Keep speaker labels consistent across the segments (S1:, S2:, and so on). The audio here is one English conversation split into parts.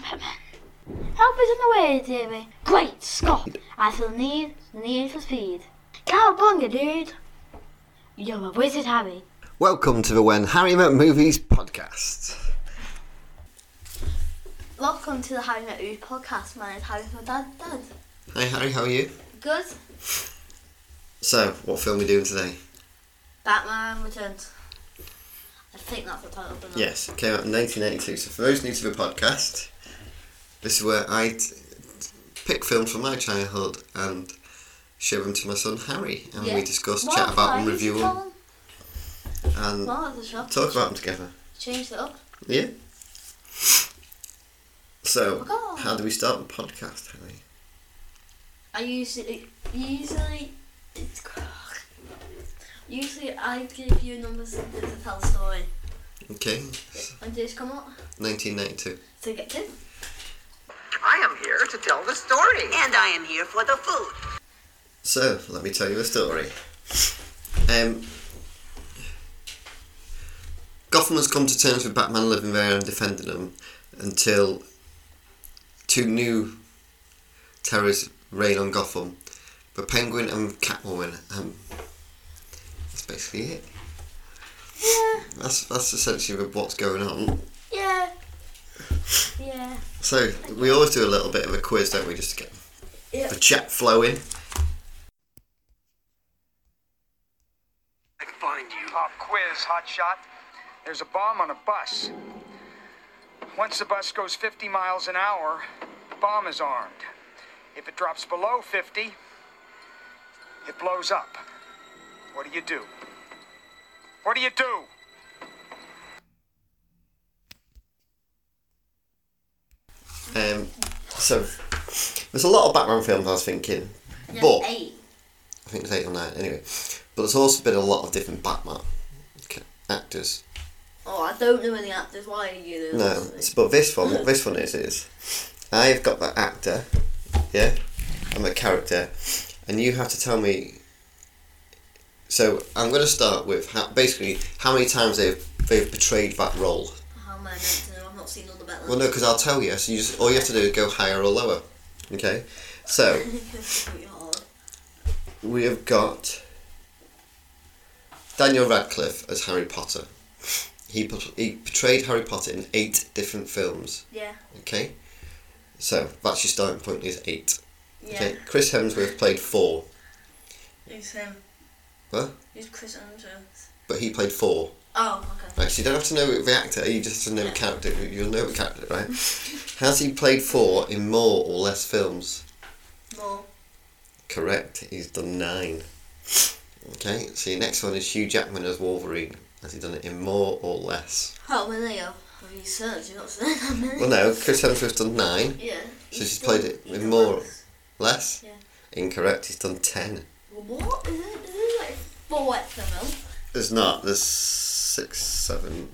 S1: Fisherman. Help is on the way, dearie. Great Scott! I feel the need, the need for speed. Cowabunga, dude! You're a wizard, Harry.
S2: Welcome to the When Harry Met Movies podcast.
S1: Welcome to the Harry Met Ooh podcast. My name is Harry, my dad, Dad.
S2: Hey Harry, how are you?
S1: Good.
S2: So, what film are we doing today?
S1: Batman Returns. I think that's the title of the
S2: Yes, it came out in 1982. So, for those new to the podcast, this is where I t- pick films from my childhood and show them to my son Harry, and we
S1: Yeah.
S2: discuss, chat about them, review them, and
S1: Well, the shop.
S2: talk about them together.
S1: Changed it up.
S2: Yeah. So,
S1: Oh.
S2: how do we start the podcast, Harry?
S1: I usually usually it's usually I give you numbers to tell a story.
S2: Okay,
S1: When these come up,
S2: 1992.
S1: so you get two.
S3: I am here to tell the story.
S4: And I am here for the food.
S2: So, let me tell you a story. Um, Gotham has come to terms with Batman living there and defending them until two new terrors rain on Gotham the Penguin and Catwoman. Um, that's basically it.
S1: Yeah,
S2: That's, that's essentially what's going on.
S1: yeah, yeah.
S2: So, we always do a little bit of a quiz, don't we, just to get
S1: Yeah.
S2: the chat flowing.
S3: I can find you.
S5: Pop quiz, hotshot. There's a bomb on a bus. Once the bus goes 50 miles an hour, the bomb is armed. If it drops below 50, it blows up. What do you do? What do you do?
S2: Um, so there's a lot of Batman films I was thinking, but
S1: There's eight.
S2: I think it's eight or nine anyway. But there's also been a lot of different Batman ca- actors.
S1: Oh, I don't know any actors. Why are you doing
S2: No,
S1: this?
S2: it's- but this one, this one is is I've got the actor, yeah, and the character, and you have to tell me. So I'm going to start with how, basically how many times they've they've portrayed that role.
S1: How am I meant to know? I've not seen all the Batman.
S2: Well, no, because I'll tell you. So you just, all you have to do is go higher or lower. Okay, so.
S1: It's pretty hard.
S2: we have got Daniel Radcliffe as Harry Potter. He, p- he portrayed Harry Potter in eight different films.
S1: Yeah,
S2: Okay, so that's your starting point is eight.
S1: yeah.
S2: Okay, Chris Hemsworth played four,
S1: Who's him?
S2: What?
S1: Who's Chris Hemsworth?
S2: but he played four.
S1: Oh, okay.
S2: Right, so you don't have to know the actor. You just have to know the character. You'll know the character, right? Has he played four in more or less films?
S1: More.
S2: Correct. He's done nine. Okay, so your next one is Hugh Jackman as Wolverine. Has he done it in more or less?
S1: How many of have you searched? You're not saying how many.
S2: Well, no, Chris Hemsworth's done nine.
S1: Yeah.
S2: So
S1: he's
S2: she's
S1: done-
S2: played it
S1: he's
S2: with
S1: done
S2: more.
S1: once.
S2: Less?
S1: Yeah.
S2: Incorrect, he's done ten.
S1: What? Is it, is it like four extra films?
S2: There's not, there's six, seven.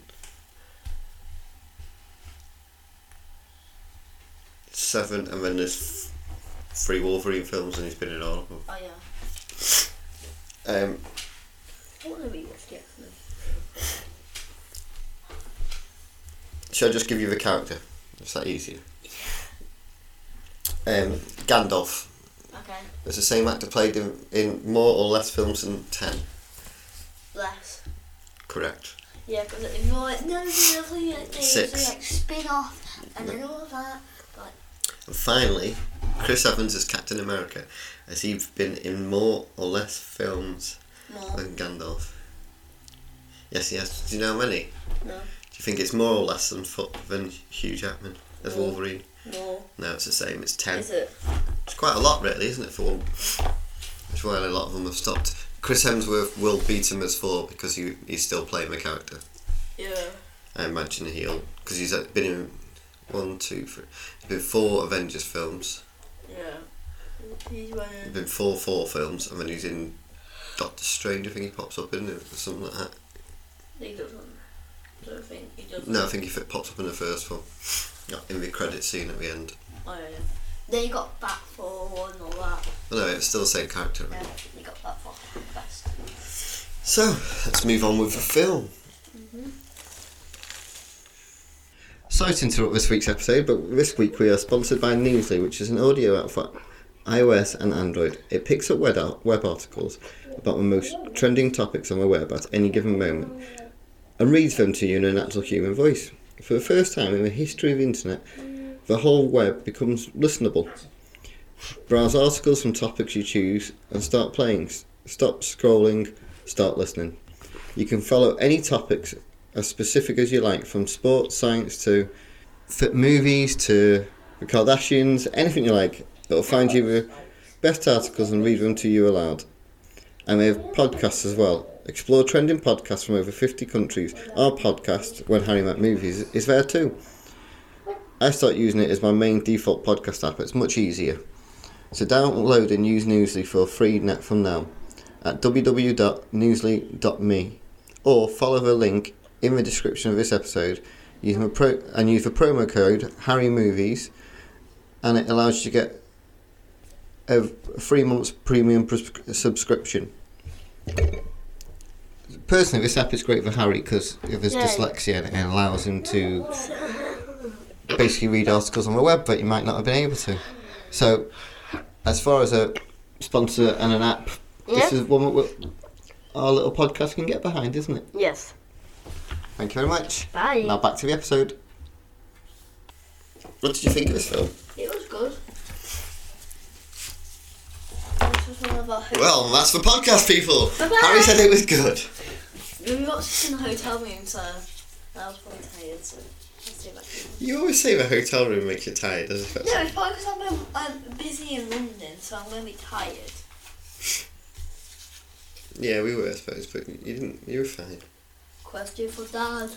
S2: Seven, and then there's f- three Wolverine films, and he's been in all of them.
S1: Oh, yeah.
S2: Um,
S1: What are we watched yet? No.
S2: shall I just give you the character? Is that easier? Um, Gandalf.
S1: Okay.
S2: It's the same actor played him in more or less films than ten.
S1: Less.
S2: Correct.
S1: Yeah, because if you're like, no, no, no, no, they usually
S2: Six.
S1: like spin off and then all of that. But
S2: And finally, Chris Evans as Captain America, as he's been in more or less films
S1: more.
S2: than Gandalf. Yes, he has. Do you know how many?
S1: No.
S2: Do you think it's more or less than fo- than Hugh Jackman as
S1: More.
S2: Wolverine?
S1: More.
S2: No, it's the same. It's ten.
S1: Mm. Is it?
S2: It's quite a lot, really, isn't it? For one, that's why a lot of them have stopped. Chris Hemsworth will beat him as four because he, he's still playing the character.
S1: Yeah.
S2: I imagine he'll because he's uh, been in one, two, three, he's been four Avengers films.
S1: Yeah. He's
S2: He's
S1: running.
S2: been four four films, and then he's in Doctor Strange. I think he pops up in it or something like that.
S1: He doesn't. I don't think he does.
S2: No, I think he f- pops up in the first one, Not in the credit scene at the end.
S1: Oh, yeah. They got back for one and all that.
S2: But no, it's still the same character.
S1: Yeah. They got back for best.
S2: So let's move on with the film. Sorry to interrupt this week's episode, but this week we are sponsored by Newsly, which is an audio app for iOS and Android. It picks up web, ar- web articles about the most trending topics on the web at any given moment and reads them to you in a natural human voice. For the first time in the history of the internet, the whole web becomes listenable. Browse articles from topics you choose and start playing. S- Stop scrolling, start listening. You can follow any topics as specific as you like, from sports, science to fit movies to the Kardashians, anything you like. It'll find you the best articles and read them to you aloud. And they have podcasts as well. Explore trending podcasts from over 50 countries. Our podcast, When Harry Met Movies, is there too. I start using it as my main default podcast app. It's much easier. So download and use Newsly for free net from now at www.newsly.me or follow the link in the description of this episode using a pro- and use the promo code Harry Movies, and it allows you to get a three months premium pres- subscription. Personally, this app is great for Harry because if there's
S6: Yeah.
S2: dyslexia, it allows him to basically read articles on the web that you might not have been able to. So, as far as a sponsor and an app, this
S6: Yeah.
S2: is one that we- our little podcast can get behind, isn't it?
S6: Yes.
S2: Thank you very much.
S6: Bye.
S2: Now back to the episode. What did you think of this film?
S1: It was good. This was one of our ho-
S2: Well, that's for podcast people.
S1: Bye-bye.
S2: Harry said it was good.
S1: we watched this in the hotel room, so I was probably tired. So let's do that.
S2: You always say the hotel room makes you tired, doesn't it?
S1: No, it's probably because I'm, gonna- I'm busy in London, so I'm going to be tired.
S2: Yeah, we were, I suppose, but you didn't. You were fine.
S1: Question for Dad.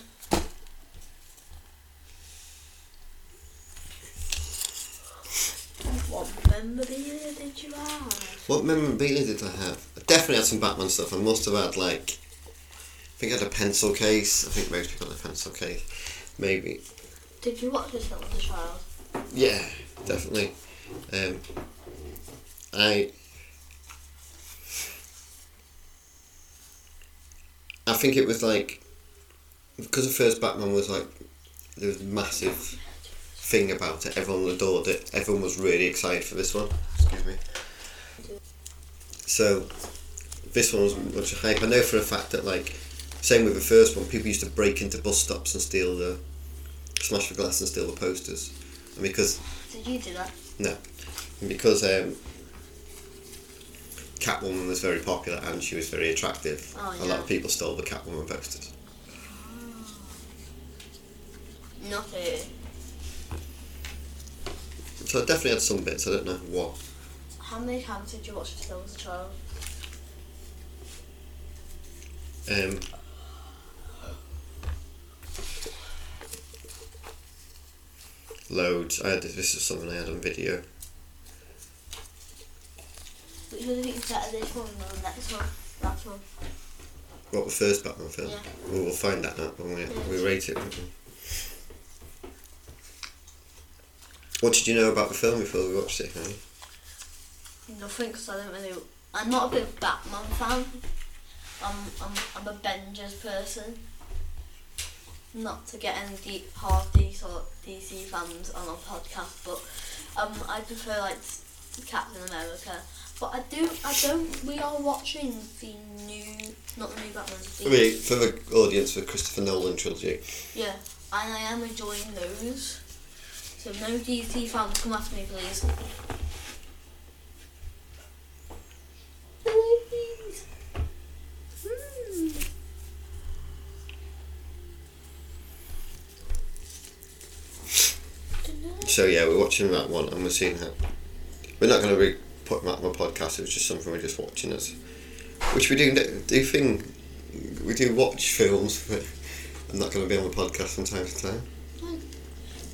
S1: What memorabilia did you have?
S2: What memorabilia did I have? I definitely had some Batman stuff. I must have had like, I think I had a pencil case. I think most people had a pencil case, maybe.
S1: Did you watch this film as a child?
S2: Yeah, definitely. Um, I I think it was like because the first Batman was like there was a massive thing about it. Everyone adored it. Everyone was really excited for this one. Excuse me. So this one was much hype. I know for a fact that like same with the first one, people used to break into bus stops and steal the smash the glass and steal the posters. And because
S1: Did you do that?
S2: no, and because um, Catwoman was very popular and she was very attractive,
S1: Oh,
S2: a lot
S1: yeah.
S2: of people stole the Catwoman posters.
S1: Not it.
S2: So I definitely had some bits. I don't know what.
S1: How many times did you watch this film as a child?
S2: Um, loads. I had this is something I had on video.
S1: Which one do you think is better, this one or the next one? That one.
S2: What the first Batman film?
S1: Yeah.
S2: We'll we'll find that out when we, we rate it. won't we? What did you know about the film before we watched it? Hannah?
S1: Nothing, because I don't really. I'm not a big Batman fan. I'm, I'm, I'm a Avengers person. Not to get any deep, hard DC, or DC fans on our podcast, but um, I prefer like Captain America. But I do, I don't. We are watching the new, not the new Batman. The,
S2: Wait, for the audience, for Christopher Nolan trilogy.
S1: Yeah, and I am enjoying those. So no DC fans, come after me, please. Please. Mm.
S2: So yeah, we're watching that one, and we're seeing how. We're not going to be putting that on the podcast. It was just something we're just watching as, which we do do thing. We do watch films, but I'm not going to be on the podcast from time to time.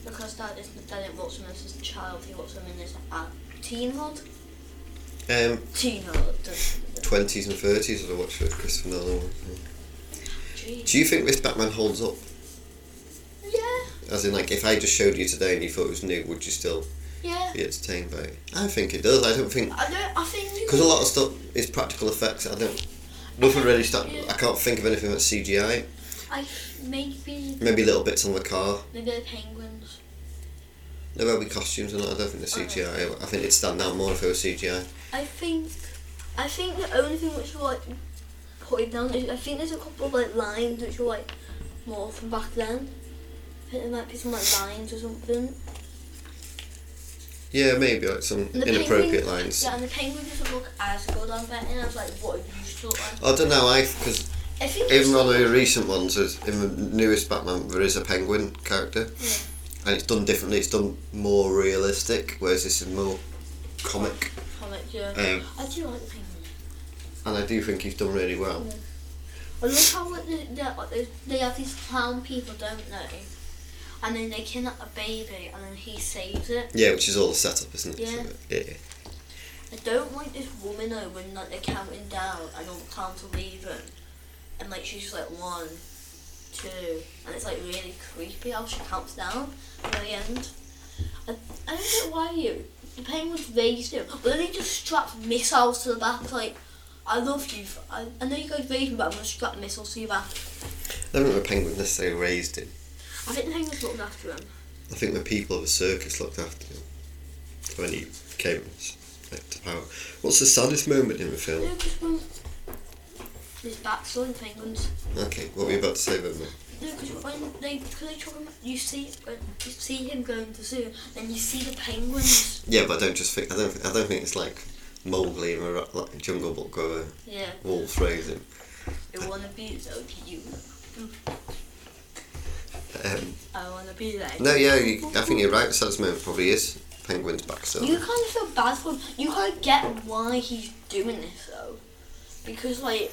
S1: Because that is dad didn't watch them as a child, he watched them in his uh, teenhood.
S2: Um,
S1: Teenhood.
S2: twenties and thirties, I watched the Christopher Nolan. One.
S1: Jeez.
S2: Do you think this Batman holds up?
S1: Yeah,
S2: As in, like, if I just showed you today and you thought it was new, would you still
S1: yeah.
S2: be entertained by it? I think it does. I don't think
S1: I don't. I think.
S2: Because a lot of stuff is practical effects. I don't. Nothing really. Sta- I can't think of anything that's CGI.
S1: I maybe
S2: Maybe little bits on the car.
S1: maybe the penguins.
S2: There will be costumes and all. I don't think they're CGI. I think it'd stand out more if it was CGI.
S1: I think I think the only thing which will like put it down is I think there's a couple of like lines which were like more from back then. I think there might be some like lines or something.
S2: Yeah, maybe like some
S1: And the
S2: inappropriate
S1: penguin-
S2: lines.
S1: Yeah, and the penguin doesn't look as good on betting as like what it used to look like.
S2: I don't know. I because
S1: I think it's
S2: even on the recent ones, there's- in the newest Batman, there is a penguin character,
S1: Yeah.
S2: and it's done differently. It's done more realistic, whereas this is more comic.
S1: comic, yeah.
S2: Um,
S1: I do like the penguin.
S2: and I do think he's done really well.
S1: I love how like, they, they, like, they- they have these clown people, don't they? And then they kidnap a baby and then he saves it.
S2: Yeah, which is all the setup, isn't it?
S1: Yeah.
S2: Yeah. yeah.
S1: I don't like this woman though when like they're counting down and all the clowns are leaving. And like she's just like one, two, and it's like really creepy how she counts down at the end. I, I don't get why you. The penguins raised him, but then he just strapped missiles to the back. Like, I love you. f- I, I know you guys raised me, but I'm gonna strap missiles to your back.
S2: I don't think the penguin necessarily raised him.
S1: I think the penguins looked after him.
S2: I think the people of the circus looked after him when he came to power. What's the saddest moment in the
S1: Yeah,
S2: film?
S1: because when his back's on the penguins.
S2: Okay, what were you about to say about that?
S1: No, because when they, cause they took him, you see, when you see him going to the zoo, and you see the penguins.
S2: Yeah, but I don't just think I don't I don't think it's like Mowgli and a ra- like Jungle Book where a
S1: Yeah,
S2: wolf raised him.
S1: they wanna be so cute.
S2: Um,
S1: I wanna be like.
S2: no, yeah, you, I think you're right. The saddest moment probably is Penguin's backstory.
S1: You kind of feel bad for him. You kind of get why he's doing this though, because like,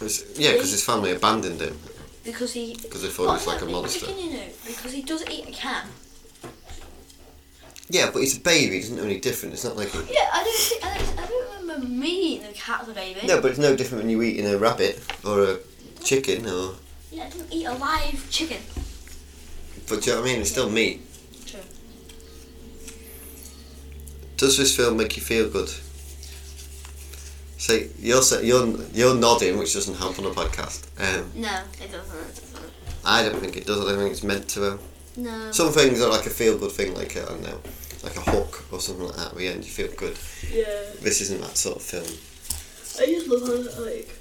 S2: It's- yeah, because his family abandoned him
S1: because he.
S2: because they thought he was
S1: Well,
S2: Oh, like
S1: no,
S2: a monster.
S1: chicken, you know, because he does eat a cat.
S2: Yeah, but he's a baby. He's not any different. It's not like he,
S1: Yeah, I don't think I don't, I don't remember me eating a cat as a baby.
S2: no, but it's no different when you eating a rabbit or a chicken or.
S1: Yeah, I didn't eat a live chicken.
S2: But do you know what I mean? It's still meat.
S1: True.
S2: Does this film make you feel good? So you're sa- you're you're nodding, which doesn't help on a podcast. Um,
S1: No, it doesn't. It doesn't.
S2: I don't think it does. I don't think it's meant to. Um,
S1: No.
S2: Some things are like a feel good thing, like I I don't know, like a hook or something like that. At the end, you feel good.
S1: yeah.
S2: This isn't that sort of film.
S1: I just love how it's like.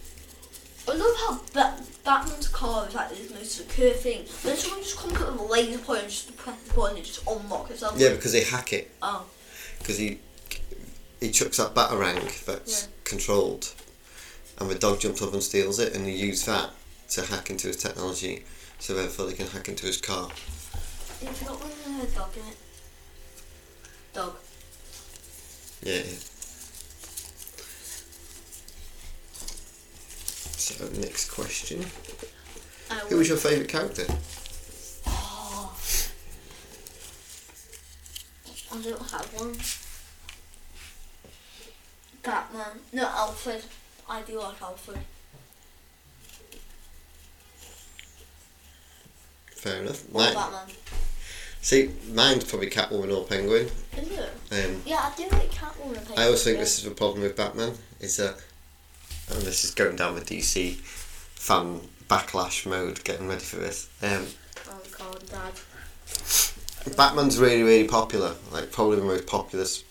S1: I love how Bat- Batman's car is like this most secure thing. Then someone just comes up with a laser point and just press the button and it just unlocks itself.
S2: Yeah, because they hack it.
S1: Oh.
S2: Because he he chucks that batarang that's controlled, and the dog jumps up and steals it, and they use that to hack into his technology. So therefore, they can hack into his car.
S1: It's got one of the dog in it. Dog.
S2: Yeah. yeah. So next question:
S1: I
S2: Who was your favourite character?
S1: Oh. I don't have one. Batman. No, Alfred. I do like Alfred.
S2: Fair enough.
S1: Or
S2: Mine,
S1: Batman.
S2: see, mine's probably Catwoman or Penguin.
S1: Is it?
S2: Um,
S1: Yeah, I do like Catwoman.
S2: I also think
S1: yeah.
S2: this is the problem with Batman is that, and this is going down the DC fan backlash mode, getting ready for this. Um,
S1: Oh god, Dad.
S2: Batman's really, really popular, like probably the most popular s-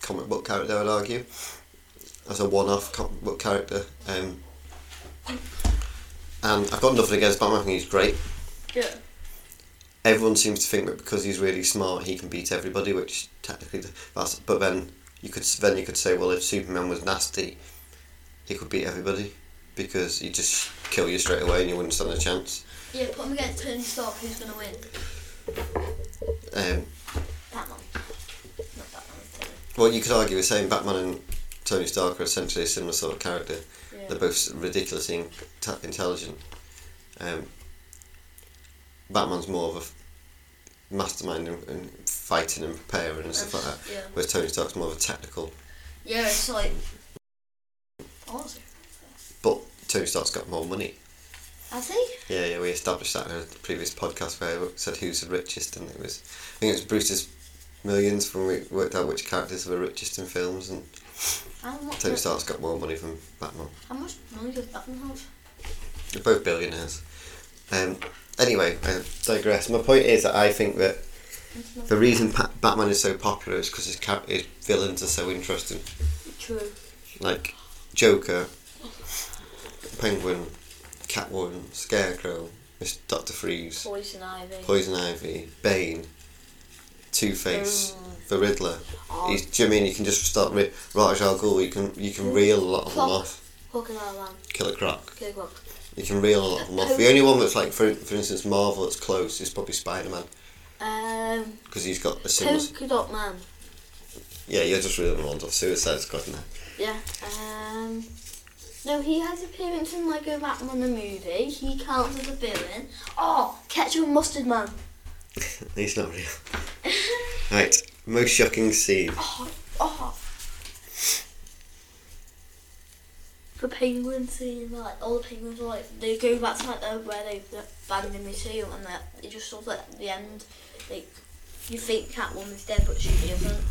S2: comic book character, I'd argue, as a one off comic book character. Um, and I've got nothing against Batman, I think he's great.
S1: Yeah.
S2: Everyone seems to think that because he's really smart, he can beat everybody, which technically that's. But then you could s- then you could say, well, if Superman was nasty, he could beat everybody because he'd just kill you straight away and you wouldn't stand a chance.
S1: Yeah, put him against Tony Stark, who's gonna win?
S2: Um,
S1: Batman. Not Batman, Tony.
S2: well, you could argue the same. Batman and Tony Stark are essentially a similar sort of character.
S1: Yeah.
S2: They're both ridiculously in- ta- intelligent. Um, Batman's more of a f- mastermind and, and fighting and preparing and stuff like that.
S1: Yeah.
S2: Whereas Tony Stark's more of a technical.
S1: Yeah, it's like. oh, Honestly.
S2: But Tony Stark's got more money.
S1: Has he?
S2: Yeah, yeah, we established that in a previous podcast where I said who's the richest, and it was I think it was Bruce's millions when we worked out which characters were richest in films, and
S1: How much,
S2: Tony Stark's got more money than Batman.
S1: how much money does Batman have?
S2: They're both billionaires. Um, anyway, I digress. My point is that I think that the reason pa- Batman is so popular is because his, char- his villains are so interesting.
S1: True.
S2: Like Joker, Penguin, Catwoman, Scarecrow, Mr. Doctor Freeze,
S1: Poison ivy.
S2: Poison Ivy, Bane, Two Face, the Riddler.
S1: Oh.
S2: He's, do you mean you can just start re- Ra's al Ghul? You can you can reel a lot of them
S1: Clock.
S2: off.
S1: Crocodile Oh, man.
S2: Killer Croc.
S1: Killer croc.
S2: You can reel a lot of them
S1: Oh.
S2: off. The only one that's like, for, for instance, Marvel that's close is probably Spider Man
S1: Um,
S2: because he's got a similar.
S1: polka dot man.
S2: Yeah, you're just reeling ones off. Suicide Squad now.
S1: Yeah. Um, no, he has appearance in like a Batman the movie. He counts as a villain. Oh, ketchup and mustard man.
S2: He's not real. right, most shocking scene.
S1: Oh, oh. The penguin scene, like all the penguins are like they go back to like the, where they the banned the museum and that it just sort of at the end like you think Catwoman's dead but she isn't.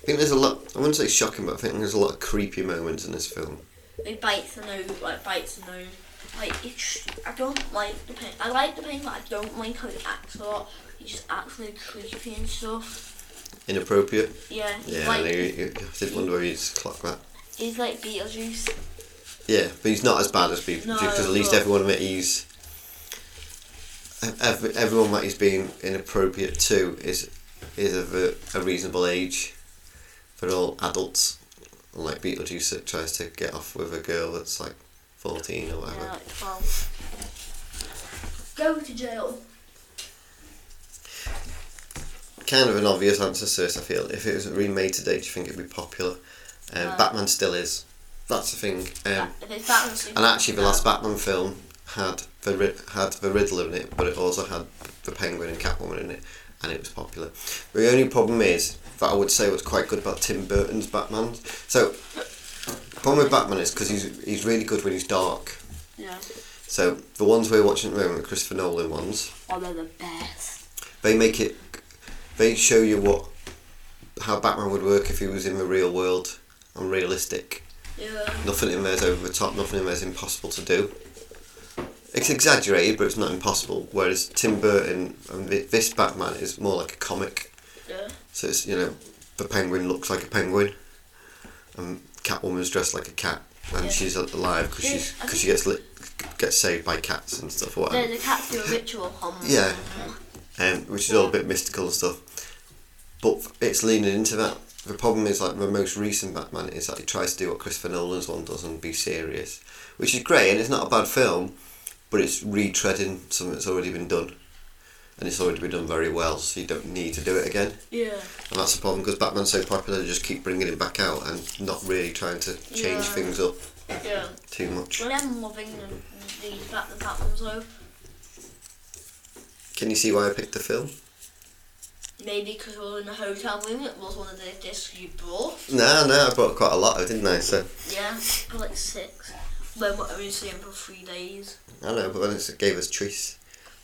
S2: I think there's a lot. I wouldn't say shocking, but I think there's a lot of creepy moments in this film.
S1: They bite the nose, like bites the nose. Like it's, I don't like the pain. I like the pain, but I don't like how it acts a lot. He just acts really creepy and stuff.
S2: Inappropriate.
S1: Yeah, he's
S2: Yeah,
S1: like
S2: I, know, you- you- I did wonder where he's clocked that.
S1: he's like Beetlejuice.
S2: Yeah, but he's not as bad as people
S1: No,
S2: because at least
S1: no.
S2: everyone that he's ev- everyone that he's being inappropriate to is is of a, a reasonable age. They're all adults, unlike Beetlejuice that tries to get off with a girl that's like fourteen or whatever.
S1: Yeah, like twelve. Go to jail.
S2: Kind of an obvious answer, Sis. I feel if it was remade today, do you think it'd be popular? Um,
S1: No.
S2: Batman still is. That's the thing. Um,
S1: If it's Batman, Superman,
S2: And actually, the last
S1: no.
S2: Batman film had the Rid- had the Riddler in it, but it also had the Penguin and Catwoman in it, and it was popular. The only problem is that I would say what's quite good about Tim Burton's Batman. So, the problem with Batman is because he's he's really good when he's dark.
S1: Yeah,
S2: So the ones we're watching at the moment, the Christopher Nolan ones,
S1: oh, they're the best.
S2: they make it, they show you what how Batman would work if he was in the real world and realistic.
S1: Yeah,
S2: Nothing in there's over the top, nothing in there's impossible to do. It's exaggerated, but it's not impossible. Whereas Tim Burton and thi- this Batman is more like a comic.
S1: yeah.
S2: So it's, you know, the penguin looks like a penguin, and Catwoman's dressed like a cat, and
S1: Yeah.
S2: she's alive because she's,
S1: I
S2: cause she gets lit, gets saved by cats and stuff. or Whatever.
S1: The, the cats do a ritual hum.
S2: Yeah. um, which is all a bit mystical and stuff. But it's leaning into that. The problem is like the most recent Batman is that he tries to do what Christopher Nolan's one does and be serious, which is great and it's not a bad film, but it's retreading something that's already been done, and it's already been done very well, so you don't need to do it again.
S1: Yeah.
S2: And that's the problem because Batman's so popular, they just keep bringing him back out and not really trying to change
S1: Yeah.
S2: things up
S1: Yeah.
S2: too much.
S1: Well, I'm loving the, the fact that Batman's though.
S2: Can you see why I picked the film?
S1: Maybe because we were in a hotel room, it was one of the discs you brought.
S2: No, no, I brought quite a lot, didn't I? So
S1: Yeah, for like six. Then what are we seeing for three days?
S2: I know, but then it's- it gave us choice.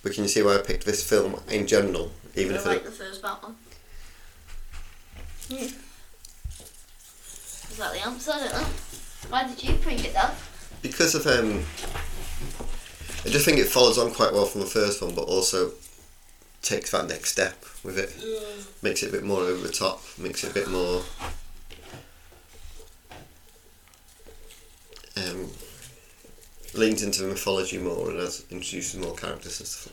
S2: But can you see why I picked this film in general, even
S1: I
S2: if
S1: like
S2: it,
S1: the first Batman. Hmm. Is that the answer? I don't know. Why did you bring it up?
S2: because of um, I just think it follows on quite well from the first one, but also takes that next step with it, makes it a bit more over the top, makes it a bit more. Um, leans into the mythology more and has introduces more characters and stuff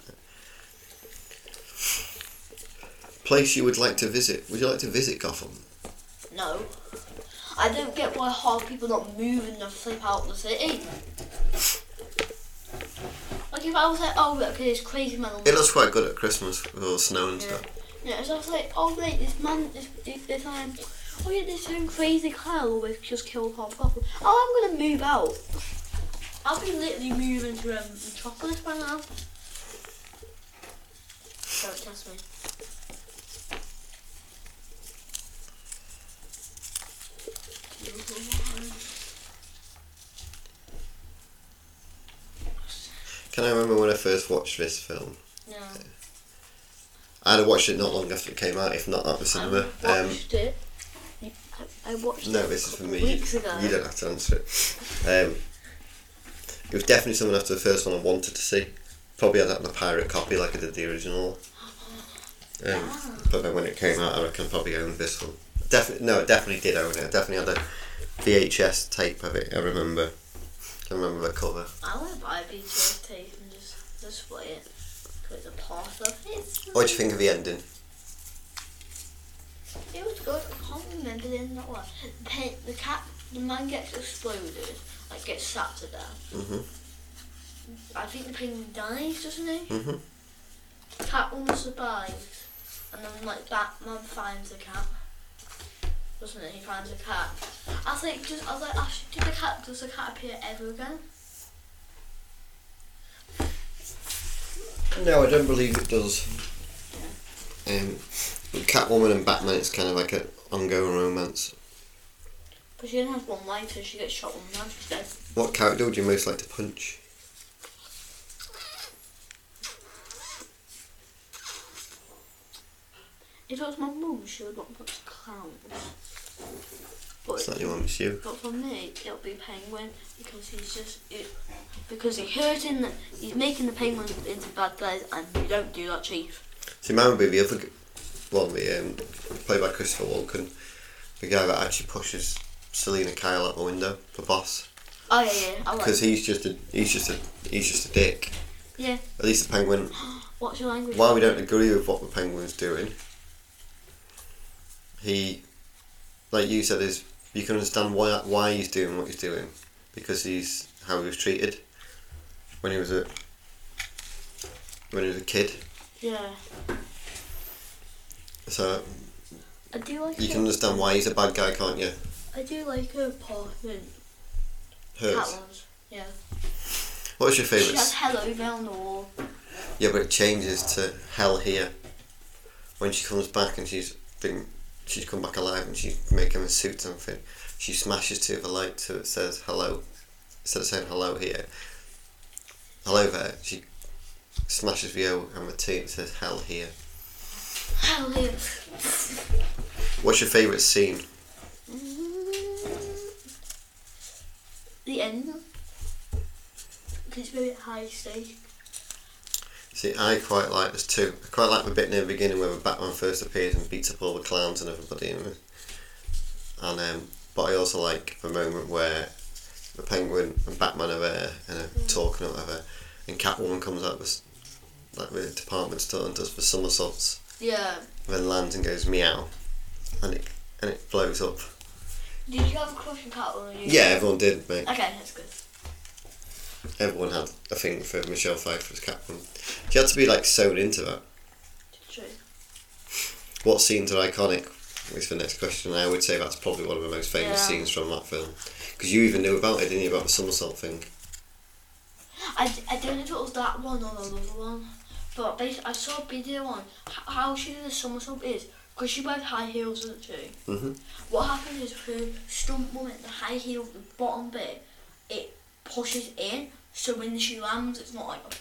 S2: like that. Place you would like to visit? Would you like to visit Gotham?
S1: No. I don't get why half people not moving to flip out the city. Like if I was like, oh, okay, this crazy man.
S2: It looks quite good at Christmas with all the snow and stuff.
S1: Yeah, it's just like, oh wait, this man, this this, this um, oh yeah, this um crazy Kyle always just killed half Gotham. Oh, I'm gonna move out. I'll be literally moving to um, Metropolis by now. Don't test me.
S2: Can I remember when I first watched this film?
S1: No,
S2: I'd have watched it not long after it came out, if not at the cinema.
S1: I
S2: Um,
S1: watched it. I, I watched it.
S2: no,
S1: a
S2: this is for
S1: couple
S2: me.
S1: Weeks
S2: You,
S1: ago.
S2: you don't have to answer it. Um, It was definitely something after the first one I wanted to see. Probably had that on a pirate copy like I did the original.
S1: Ah,
S2: Um, but then when it came out, I reckon I probably owned this one. Definitely, no, I definitely did own it. I definitely had a VHS tape of it. I remember. I remember the cover.
S1: I want to buy a VHS tape and just display it. Put the part of it.
S2: What do you think of the ending?
S1: It was good. I can't remember the end of that one. The, pen, the cat, the man gets exploded, like gets shot to death.
S2: Mhm.
S1: I think the penguin dies, doesn't he?
S2: Mhm.
S1: Catwoman survives, and then like Batman finds the cat, doesn't he? He finds the cat. I was like, just I was like, Ash, did the cat does the cat appear ever again?
S2: No, I don't believe it does. Um, with Catwoman and Batman, it's kind of like an ongoing romance.
S1: But she only has one life, so she gets shot one time. She's dead.
S2: What character would you most like to punch?
S1: If it was my mum, she would want to put clowns. But
S2: It's not your one, it's you.
S1: But for me, it'll be penguin because he's just it, because he's hurting. The, he's making the penguin into bad guys, and you don't do that, chief.
S2: See, mine would be the other g- one, the um, played by Christopher Walken, the guy that actually pushes Selena Kyle out the window, the boss,
S1: Oh yeah, yeah. I like.
S2: because he's just a he's just a he's just a dick.
S1: Yeah.
S2: At least the penguin.
S1: What's your language?
S2: While we don't agree with what the penguin's doing, he, like you said, is you can understand why why he's doing what he's doing because he's how he was treated when he was a when he was a kid.
S1: Yeah,
S2: So
S1: I do like.
S2: you
S1: a-
S2: can understand why he's a bad guy, can't you?
S1: I do like her apartment. Cat
S2: Hers.
S1: ones. Yeah.
S2: What's your
S1: She has
S2: favourite?
S1: hello over on the wall.
S2: Yeah, but it changes to hell here when she comes back and she's been she's come back alive and she's making a suit something. She smashes two of the lights so it says hello. Instead of saying hello here, hello there. She smashes the O and the T and says hell here.
S1: Hello. here.
S2: What's your favourite scene?
S1: The end. Because it's very high stake.
S2: See, I quite like this too. I quite like the bit near the beginning where the Batman first appears and beats up all the clowns and everybody. And, and um, but I also like the moment where the Penguin and Batman are there and are talking or whatever, and Catwoman comes out of this, like the department store and does the somersaults,
S1: Yeah.
S2: and then lands and goes meow, and it and it blows up.
S1: Did you have a crush on cat or you?
S2: Yeah, everyone did, mate.
S1: Okay, that's good.
S2: Everyone had a thing for Michelle Pfeiffer's Catwoman. She had to be like sewn into that.
S1: True.
S2: What scenes are iconic? Is the next question. I would say that's probably one of the most famous
S1: Yeah.
S2: scenes from that film. Because you even knew about it, didn't you? About the somersault thing.
S1: I, d- I don't know if it was that one or another one, but basically I saw a video on h- how she did a somersault is because she wears high heels, doesn't she?
S2: Mhm.
S1: What happens is her stunt woman, the high heel, the bottom bit, it pushes in, so when she lands, it's not like a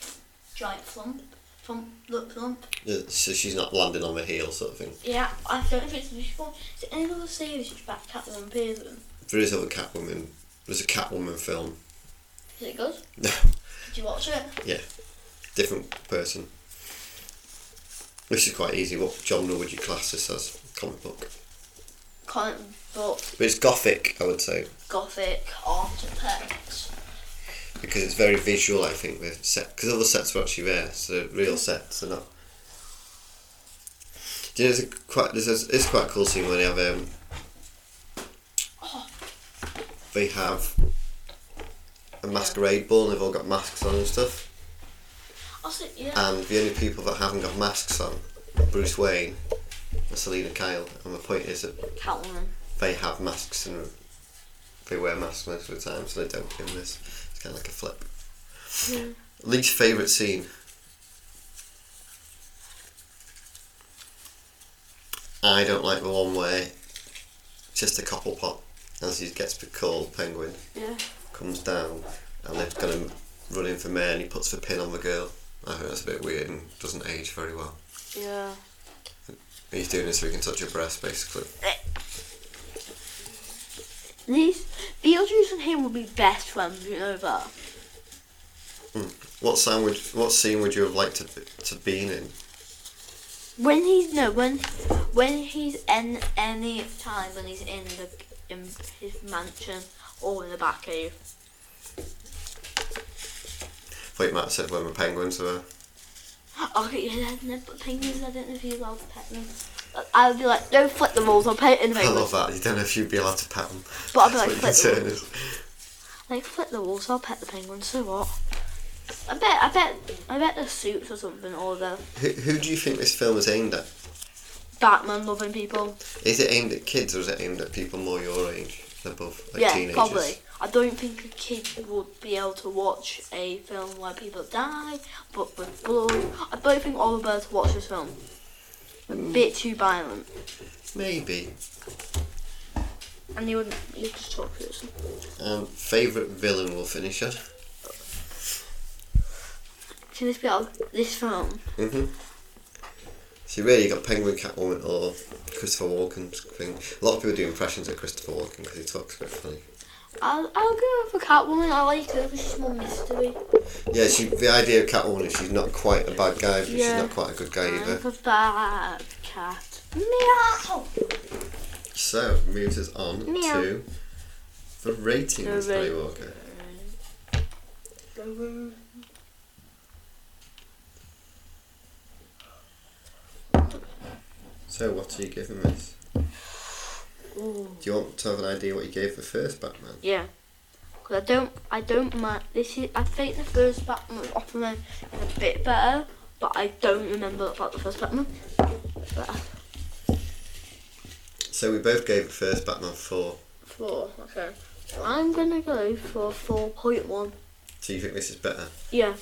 S1: giant flump, flump, look, flump.
S2: Yeah, Uh, So she's not landing on her heel, sort of thing.
S1: Yeah, I don't know if it's this one. Is it any other series which back at them appears in?
S2: There is other Catwoman. There's a Catwoman film.
S1: Is it good? Did you watch it?
S2: Different person. This is quite easy. What genre would you class this as? Comic book.
S1: Comic book,
S2: But it's gothic, I would say.
S1: gothic, art, pets.
S2: Because it's very visual, I think, with set. Because other sets were actually there, so the real sets are not. Do you know, there's a quite, there's a, it's quite a cool scene where they have um, they have a masquerade ball and they've all got masks on and stuff.
S1: I said, yeah.
S2: And the only people that haven't got masks on, are Bruce Wayne, and Selena Kyle. And the point is that
S1: Catwoman.
S2: they have masks and they wear masks most of the time, so they don't in this. It's kind of like a flip. Least favourite scene. I don't like the one where just a couple pop as he gets the call, Penguin
S1: Yeah.
S2: comes down and they're going to run in for May and he puts the pin on the girl. I think that's a bit weird and doesn't age very well.
S1: Yeah.
S2: He's doing this so he can touch her breast basically.
S1: These Beetlejuice and him will be best friends, you know that.
S2: What sound would what scene would you have liked to to been in?
S1: When he's no when when he's in any time when he's in the in his mansion or in the back cave.
S2: Like Matt said, when the penguins were.
S1: Okay, Oh, yeah, no, but penguins. I don't know if you're allowed to pet them. I would be like, don't flip the walls. I'll pet in the
S2: I love
S1: penguins.
S2: that. You don't know if you'd be allowed to pet them.
S1: But I'd be
S2: Oh, That's
S1: like,
S2: what your
S1: flip the
S2: concern
S1: walls.
S2: is.
S1: Like flip the walls. I'll pet the penguins. So what? I bet. I bet. I bet the suits or something or the
S2: Who, who do you think this film is aimed at?
S1: Batman loving people.
S2: Is it aimed at kids or is it aimed at people more your age and above, like
S1: yeah,
S2: teenagers?
S1: probably. I don't think a kid would be able to watch a film where people die, but with blood. I don't think all the birds watch this film. A
S2: Mm.
S1: bit too violent,
S2: Maybe.
S1: and you wouldn't. You just talk to yourself.
S2: Um, favorite villain will finish it.
S1: Can this be out of this film?
S2: Mhm. So you really got Penguin, Catwoman, or Christopher Walken thing. A lot of people do impressions of Christopher Walken because he talks a bit funny.
S1: I'll, I'll go for Catwoman. I like her because she's more mystery.
S2: Yeah, she, the idea of Catwoman is she's not quite a bad guy, but
S1: Yeah.
S2: she's not quite a good guy either.
S1: I'm a bad cat. Meow.
S2: So moves us on
S1: Meow.
S2: to the ratings,
S1: The
S2: Ray
S1: ra-
S2: Walker. So what are you giving this?
S1: Ooh.
S2: Do you want to have an idea what you gave the first Batman?
S1: Yeah. Cause I don't, I don't mind. This is, I think the first Batman Aquaman is a bit better, but I don't remember about the first Batman. But
S2: So we both gave the first Batman four.
S1: four, okay. I'm gonna go for four point one.
S2: Do you think this is better?
S1: Yeah.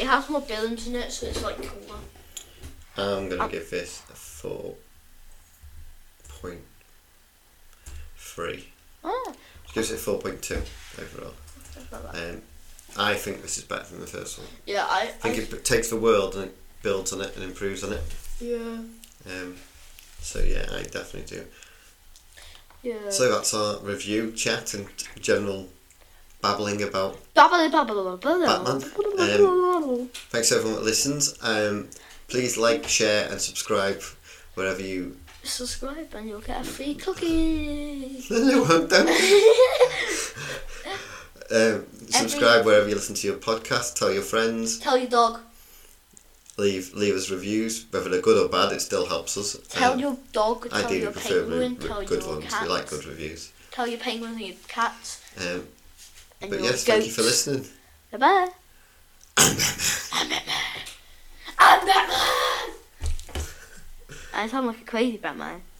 S1: It has more villains in it, so it's like cooler.
S2: I'm gonna
S1: Um,
S2: give this a four point three.
S1: Oh,
S2: Gives it four point two overall. Um, I think this is better than the first one.
S1: yeah, I,
S2: I think it takes the world and it builds on it and improves on it.
S1: yeah,
S2: Um, so yeah, I definitely do.
S1: yeah.
S2: So that's our review, chat, and general babbling about.
S1: Batman, Batman, Batman,
S2: Batman, Um, Thanks everyone that listens. Um, please like, share, and subscribe wherever you.
S1: Subscribe and you'll get a free cookie.
S2: No, I don't. Um, subscribe wherever you listen to your podcast. Tell your friends.
S7: Tell your dog.
S2: Leave leave us reviews, whether they're good or bad. It still helps us.
S1: Tell
S2: Um,
S1: your dog, tell
S2: ideally
S1: your
S2: preferably
S1: penguin, tell
S2: good
S1: your
S2: ones.
S1: cat,
S2: We like good reviews.
S1: tell your penguins and your cats
S2: Um,
S1: and
S2: but
S1: your goats.
S2: yes, thank you for listening.
S1: Bye bye. I'm Batman. I'm Batman. I sound like a crazy Batman.